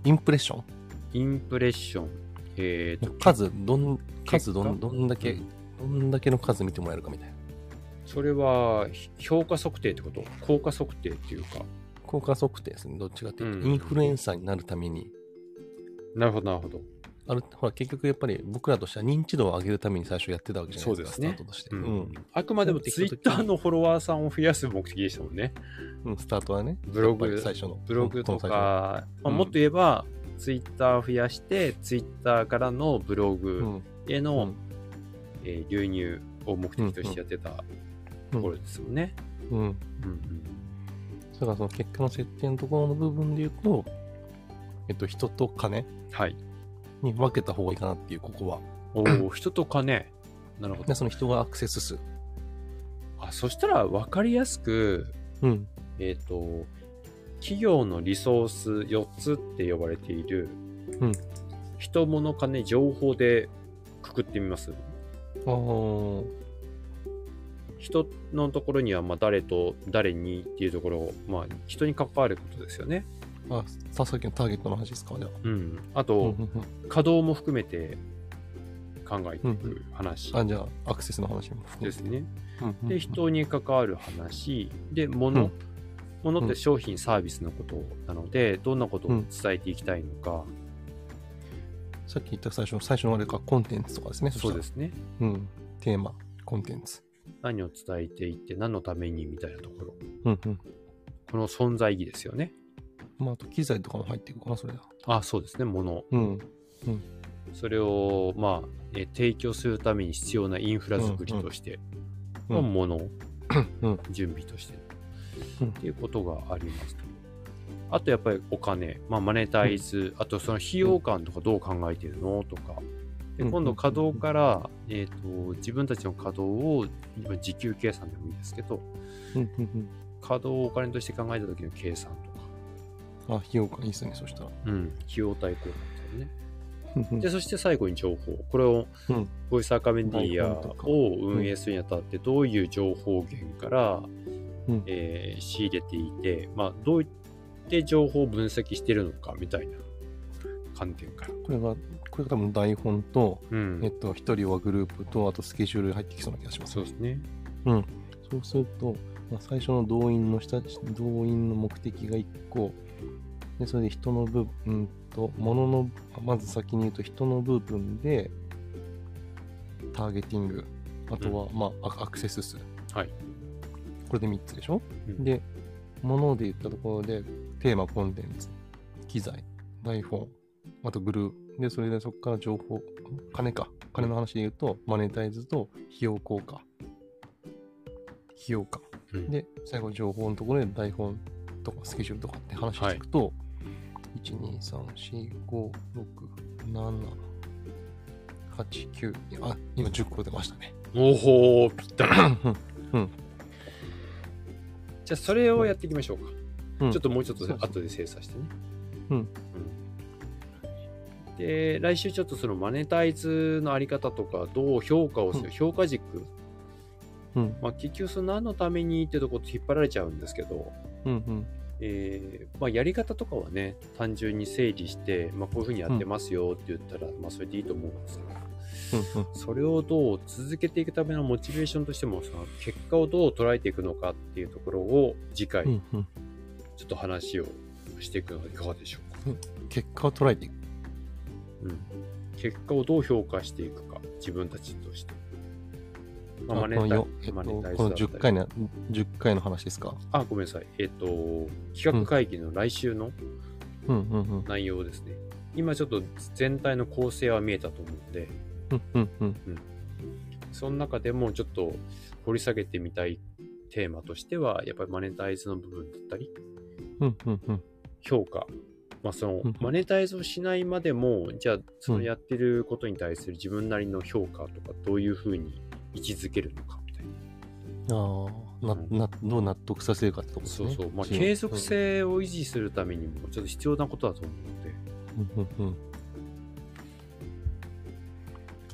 [SPEAKER 2] インプレッション
[SPEAKER 1] インプレッションえー、と
[SPEAKER 2] 数、どん、数ど
[SPEAKER 1] 結
[SPEAKER 2] ん、
[SPEAKER 1] 果
[SPEAKER 2] どんだけ、どんだけの数見てもらえるかみたいな。
[SPEAKER 1] それはひ評価測定ってこと効果測定っていうか。
[SPEAKER 2] 効果測定ですね。どっちかっていうと、
[SPEAKER 1] うん
[SPEAKER 2] インフルエンサーになるために、
[SPEAKER 1] なるほど、なるほど。
[SPEAKER 2] ある、ほら、結局やっぱり僕らとしては認知度を上げるために最初やってたわけじゃないですか、
[SPEAKER 1] そうですね
[SPEAKER 2] スタートとして。
[SPEAKER 1] う
[SPEAKER 2] うんん。
[SPEAKER 1] あくまでも
[SPEAKER 2] そうで
[SPEAKER 1] ツ
[SPEAKER 2] す
[SPEAKER 1] イッターのフォロワーさんを増やす目的でしたもんね。
[SPEAKER 2] うんスタートはね、
[SPEAKER 1] ブログ
[SPEAKER 2] やっぱり最初の。
[SPEAKER 1] ブログとか、まあ
[SPEAKER 2] うん
[SPEAKER 1] もっと言えば、ツイッターを増やして、ツイッターからのブロ
[SPEAKER 2] うん、
[SPEAKER 1] グ
[SPEAKER 2] うん
[SPEAKER 1] へ
[SPEAKER 2] う
[SPEAKER 1] の、
[SPEAKER 2] ん
[SPEAKER 1] えー流入を目的としてやってたところですもんね。
[SPEAKER 2] うん。だからその結果の設定のところの部分で言うと、えっと、人と金
[SPEAKER 1] はい。
[SPEAKER 2] に分けた方がいいかなっていう、ここは。
[SPEAKER 1] お お、人と金。なるほ
[SPEAKER 2] で、
[SPEAKER 1] ど。
[SPEAKER 2] その人がアクセス数。
[SPEAKER 1] あそしたら分かりやすく、
[SPEAKER 2] うん。
[SPEAKER 1] えっ、と、企業のリソース4つって呼ばれている、
[SPEAKER 2] うん
[SPEAKER 1] 人物金情報でくくってみます。
[SPEAKER 2] ああ。
[SPEAKER 1] 人のところには、まあ、誰と誰にっていうところを、まあ、人に関わることですよね。
[SPEAKER 2] あ、ささっきのターゲットの話ですか、じゃあ。
[SPEAKER 1] うん。あ
[SPEAKER 2] うん
[SPEAKER 1] と
[SPEAKER 2] う、んうん
[SPEAKER 1] 稼働も含めて考えていく話
[SPEAKER 2] あ、じゃあ、アクセスの話も含
[SPEAKER 1] で
[SPEAKER 2] め
[SPEAKER 1] す
[SPEAKER 2] て。
[SPEAKER 1] ね。
[SPEAKER 2] うんうん
[SPEAKER 1] で、人に関わる話、で、物、
[SPEAKER 2] うん
[SPEAKER 1] 物っ
[SPEAKER 2] う
[SPEAKER 1] て
[SPEAKER 2] ん
[SPEAKER 1] 商品、サービスのことなので、どんなことを伝えていきたいのか、
[SPEAKER 2] さっき言った最初の、最初のあれか、コンテンツとかですね。。
[SPEAKER 1] そうですすね。
[SPEAKER 2] うん。テーマ、コンテンツ。
[SPEAKER 1] 何を伝えていって何のためにみたいなところ
[SPEAKER 2] うんうん。
[SPEAKER 1] この存在意義ですよね
[SPEAKER 2] まあ、あと、機材とかも入っていくかな、それは。
[SPEAKER 1] あそうですねもの
[SPEAKER 2] うん。
[SPEAKER 1] それをまあえー提供するために必要なインフラ作りとして
[SPEAKER 2] うん
[SPEAKER 1] のもの
[SPEAKER 2] うん
[SPEAKER 1] 準備として
[SPEAKER 2] うん
[SPEAKER 1] っていうことがありますとあとやっぱりお金、まあ、マネタイズ、あとその費用感とかどう考えてるのとかで
[SPEAKER 2] うん
[SPEAKER 1] 今度稼働から、えー、と自分たちの稼働を今時給計算でもいいですけど
[SPEAKER 2] うんうん
[SPEAKER 1] 稼働をお金として考えた時の計算とか
[SPEAKER 2] うん。あ、費用感いいですね、そしたら。
[SPEAKER 1] うん、費用対効果みたいなね。
[SPEAKER 2] うんうん
[SPEAKER 1] で、そして最後に情報。これを
[SPEAKER 2] うん、
[SPEAKER 1] ボイスアカメディア
[SPEAKER 2] 台本とか
[SPEAKER 1] を運営するにあたって、どういう情報源から、
[SPEAKER 2] うん
[SPEAKER 1] えー仕入れていて、まあ、どういって情報を分析してるのかみたいな観点から。
[SPEAKER 2] これが、これが多分台本と、
[SPEAKER 1] うん
[SPEAKER 2] えっと、一人はグループと、あとスケジュール入ってきそうな気がします。
[SPEAKER 1] そうですね。
[SPEAKER 2] そうすると、まあ、最初の動員の下、動員の目的が1個、でそれで人の部分、うんと、物の、あまず先に言うと人の部分で、ターゲティング、あとは、まあ、アアクセス数。
[SPEAKER 1] はい。
[SPEAKER 2] これで3つでしょ、
[SPEAKER 1] うん
[SPEAKER 2] で、物で言ったところで、テーマ、コンテンツ、機材、台本、あとグルー。で、それでそこから情報、金か。金の話で言うと、マネタイズと費用効果。費用か。
[SPEAKER 1] うん
[SPEAKER 2] で、最後、情報のところで台本とかスケジュールとかって話していくと、1、2、3、4、5、6、7、8、9、いやあ、今10個出ました ね。
[SPEAKER 1] おほー、ぴったり。
[SPEAKER 2] うん
[SPEAKER 1] じゃあ、それをやっていきましょうか。
[SPEAKER 2] うん
[SPEAKER 1] ちょっともうちょっと
[SPEAKER 2] そうそう
[SPEAKER 1] 後で精査してね。
[SPEAKER 2] うん
[SPEAKER 1] うんで、来週ちょっとそのマネタイズのあり方とか、どう評価をする、
[SPEAKER 2] うん
[SPEAKER 1] 評価軸。
[SPEAKER 2] うん、
[SPEAKER 1] まあ、結局、その何のためにってとこ引っ張られちゃうんですけど、
[SPEAKER 2] うん、うん。
[SPEAKER 1] えーまあ、やり方とかはね、単純に整理して、まあ、こういうふうにやってますよって言ったら、まあ、それでいいと思うんですけど、
[SPEAKER 2] うん
[SPEAKER 1] それをどう続けていくためのモチベーションとしてもその結果をどう捉えていくのかっていうところを次回
[SPEAKER 2] うんうん
[SPEAKER 1] ちょっと話をしていくのはいかがでしょうか、
[SPEAKER 2] 結果を捉えていく。
[SPEAKER 1] うん、結果をどう評価していくか自分たちとして、まあ、
[SPEAKER 2] あ
[SPEAKER 1] マネ
[SPEAKER 2] この
[SPEAKER 1] タイ
[SPEAKER 2] よえっと
[SPEAKER 1] マネタイズ
[SPEAKER 2] この
[SPEAKER 1] だったり
[SPEAKER 2] 10回の、10回の話ですか。
[SPEAKER 1] あごめんなさいえっ、と企画会議の来週の
[SPEAKER 2] うん、うん、うん。
[SPEAKER 1] 内容ですね、今ちょっと全体の構成は見えたと思うんで
[SPEAKER 2] うん、うん、うん。
[SPEAKER 1] その中でもちょっと掘り下げてみたいテーマとしてはやっぱりマネタイズの部分だったり
[SPEAKER 2] うん、うん、うん。
[SPEAKER 1] 評価、まあ、その
[SPEAKER 2] うん
[SPEAKER 1] マネタイズをしないまでも、じゃあ、そうの
[SPEAKER 2] ん
[SPEAKER 1] やってることに対する自分なりの評価とか、どういうふうに位置づけるのかみたいな。
[SPEAKER 2] ああ、な、な、どう納得させるかってことです
[SPEAKER 1] そ
[SPEAKER 2] ね。
[SPEAKER 1] うそう。まあ、
[SPEAKER 2] チーム
[SPEAKER 1] 継続。性を維持するためにも、ちょっと必要なことだと思うので。
[SPEAKER 2] うん、うん、うん。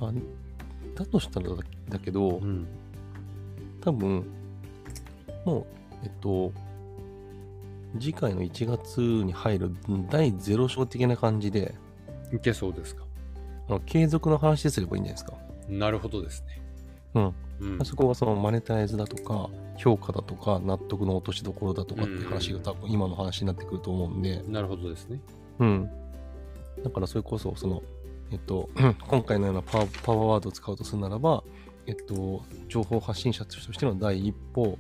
[SPEAKER 2] あ、だとしたらだだけど、
[SPEAKER 1] うん。
[SPEAKER 2] 多分、もう、えっと、次回の1月に入る第0章的な感じで、
[SPEAKER 1] いけそうですか。
[SPEAKER 2] あの継続の話ですればいいんじゃないですか。
[SPEAKER 1] なるほどですね。
[SPEAKER 2] うん。
[SPEAKER 1] うん
[SPEAKER 2] あ。そこがそのマネタイズだとか、評価だとか、納得の落としどころだとかっていう話が多分今の話になってくると思うんで、
[SPEAKER 1] なるほどですね。
[SPEAKER 2] うん。だからそれこそ、その、えっと、 今回のようなパワーパワーワードを使うとするならば、えっと、情報発信者としての第一歩、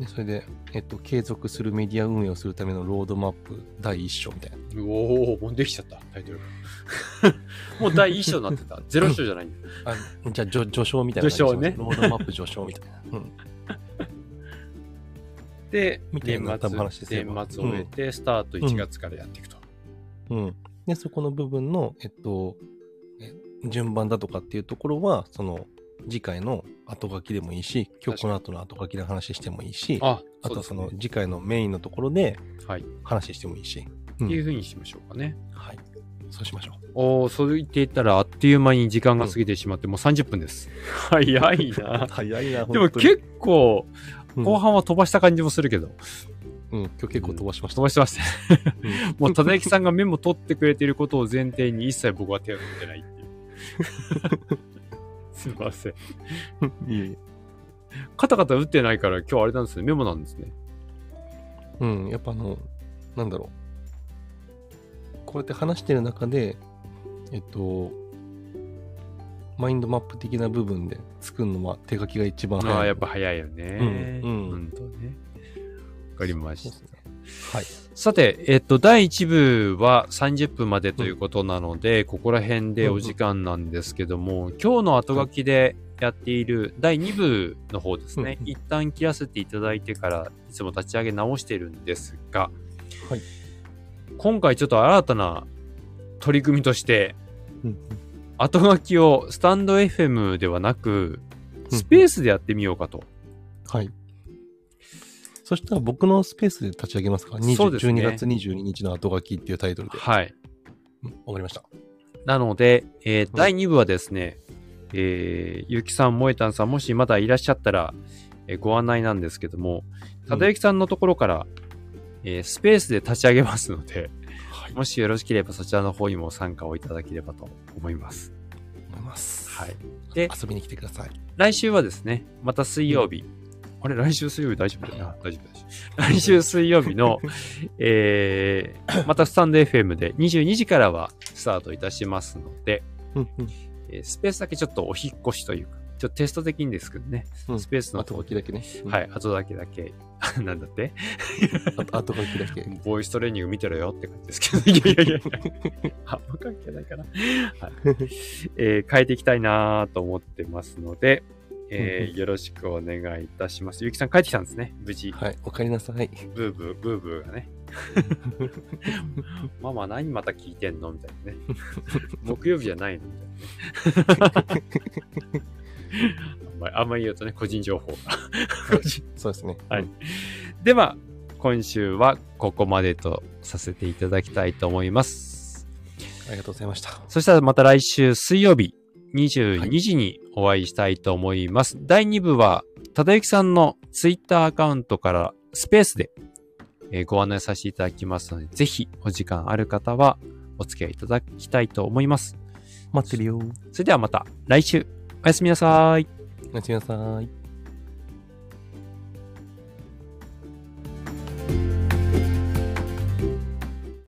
[SPEAKER 2] でそれで、えっと、継続するメディア運営をするためのロードマップ第一章みたいな。
[SPEAKER 1] うおお、もうできちゃった、タイトルが。 もう第一章になってた。ゼロ章じゃないんだ。
[SPEAKER 2] あじゃあ、序序章みたいな感じ
[SPEAKER 1] 序章ね
[SPEAKER 2] ロードマップ序章みたいな。うん。
[SPEAKER 1] で、
[SPEAKER 2] みたいな
[SPEAKER 1] 年末、
[SPEAKER 2] 多分話ですよ
[SPEAKER 1] 年末を終えて、スタート1月からやっていくと。
[SPEAKER 2] うん、でそこの部分の、えっと、え順番だとかっていうところはその次回の後書きでもいいし今日この後の後書きで話してもいいしあ,、
[SPEAKER 1] あ、う
[SPEAKER 2] とは
[SPEAKER 1] です
[SPEAKER 2] そ
[SPEAKER 1] ね
[SPEAKER 2] の次回のメインのところで
[SPEAKER 1] はい。
[SPEAKER 2] 話してもいいし、
[SPEAKER 1] っていうふうにしましょうかね。
[SPEAKER 2] はい、そうしましょ
[SPEAKER 1] おお、そう言っていったらあっという間に時間が過ぎてしまって、もう30分です。 早いうな。
[SPEAKER 2] 早いな
[SPEAKER 1] でも
[SPEAKER 2] 構、
[SPEAKER 1] 結構、
[SPEAKER 2] うん
[SPEAKER 1] 後半は飛ばした感じもするけど、
[SPEAKER 2] うん今日結構飛ばしまし
[SPEAKER 1] 飛
[SPEAKER 2] た、
[SPEAKER 1] ばしてますね。
[SPEAKER 2] うん
[SPEAKER 1] もう、ただきさんがメモ取ってくれていることを前提に一切僕は手を抜いてないっていう。すいません。
[SPEAKER 2] いえいえ
[SPEAKER 1] カタカタ打ってないから今日あれなんですね。メモなんですね。
[SPEAKER 2] うん、やっぱあのなんだろうこうやって話してる中でえっとマインドマップ的な部分で作るのは手書きが一番早い
[SPEAKER 1] ああ、やっぱ早いよね。
[SPEAKER 2] うんうん
[SPEAKER 1] 本当ね。わかりま
[SPEAKER 2] そう
[SPEAKER 1] し
[SPEAKER 2] で
[SPEAKER 1] た
[SPEAKER 2] す。ね。はい。
[SPEAKER 1] さて、えっと、第1部は30分までということなので、ここら辺でお時間なんですけども、今日の後書きでやっている第2部の方ですね、
[SPEAKER 2] うんうん
[SPEAKER 1] 一旦切らせていただいてから、いつも立ち上げ直しているんですが、
[SPEAKER 2] はい
[SPEAKER 1] 今回ちょっと新たな取り組みとして、後書きをスタンド FM ではなく、スペースでやってみようかと。
[SPEAKER 2] はい。そしたら僕のスペースで立ち上げますか20
[SPEAKER 1] そうですね
[SPEAKER 2] 12月22日の後書きっていうタイトルで。
[SPEAKER 1] はい。
[SPEAKER 2] うんわかりました。
[SPEAKER 1] なので、えー
[SPEAKER 2] ん
[SPEAKER 1] 第2部はですね、えーゆきさん、萌えたんさん、もしまだいらっしゃったら、えーご案内なんですけども、ただゆきさんのところから、えースペースで立ち上げますので、
[SPEAKER 2] はい。
[SPEAKER 1] もしよろしければそちらの方にも参加をいただければと思います。
[SPEAKER 2] 思います。
[SPEAKER 1] はい。で
[SPEAKER 2] で、遊びに来てください。
[SPEAKER 1] 来週はですね、また水曜日。あれ、来週水曜日大丈夫だよな。大丈夫大丈夫。来週水曜日の、えーまたスタンド FM で22時からはスタートいたしますので、
[SPEAKER 2] うんうん。
[SPEAKER 1] えースペースだけちょっとお引っ越しというか、ちょっとテスト的にですけどね、
[SPEAKER 2] うん
[SPEAKER 1] スペースの
[SPEAKER 2] 後書きだけね。うん
[SPEAKER 1] はい、。後だけだけ、 なんだって
[SPEAKER 2] あ後書きだけ。
[SPEAKER 1] ボイストレーニング見てろよって感じですけど、い やいやいや、あんま関係ないかな。はいえー変えていきたいなと思ってますので、えーよろしくお願いいたします。ゆきさん帰ってきたんですね、無事。
[SPEAKER 2] はい。おかえりなさい。
[SPEAKER 1] ブーブー、ブーブー がね。ママ何また聞いてんのみたい なね。木曜日じゃないのみたいなね。 あんまり、あんまり言うとね、個人情報が。個人
[SPEAKER 2] そうですね。
[SPEAKER 1] はい
[SPEAKER 2] うん。
[SPEAKER 1] では、今週はここまでとさせていただきたいと思います。
[SPEAKER 2] ありがとうございました。
[SPEAKER 1] そしたらまた来週水曜日22時にお会いしたいと思います。第2部は、ただゆきさんのツイッターアカウントからスペースでえーご案内させていただきますので、ぜひお時間ある方はお付き合いいただきたいと思います。
[SPEAKER 2] 待ってるよ。
[SPEAKER 1] それではまた来週。おやすみなさい。
[SPEAKER 2] おやすみなさい。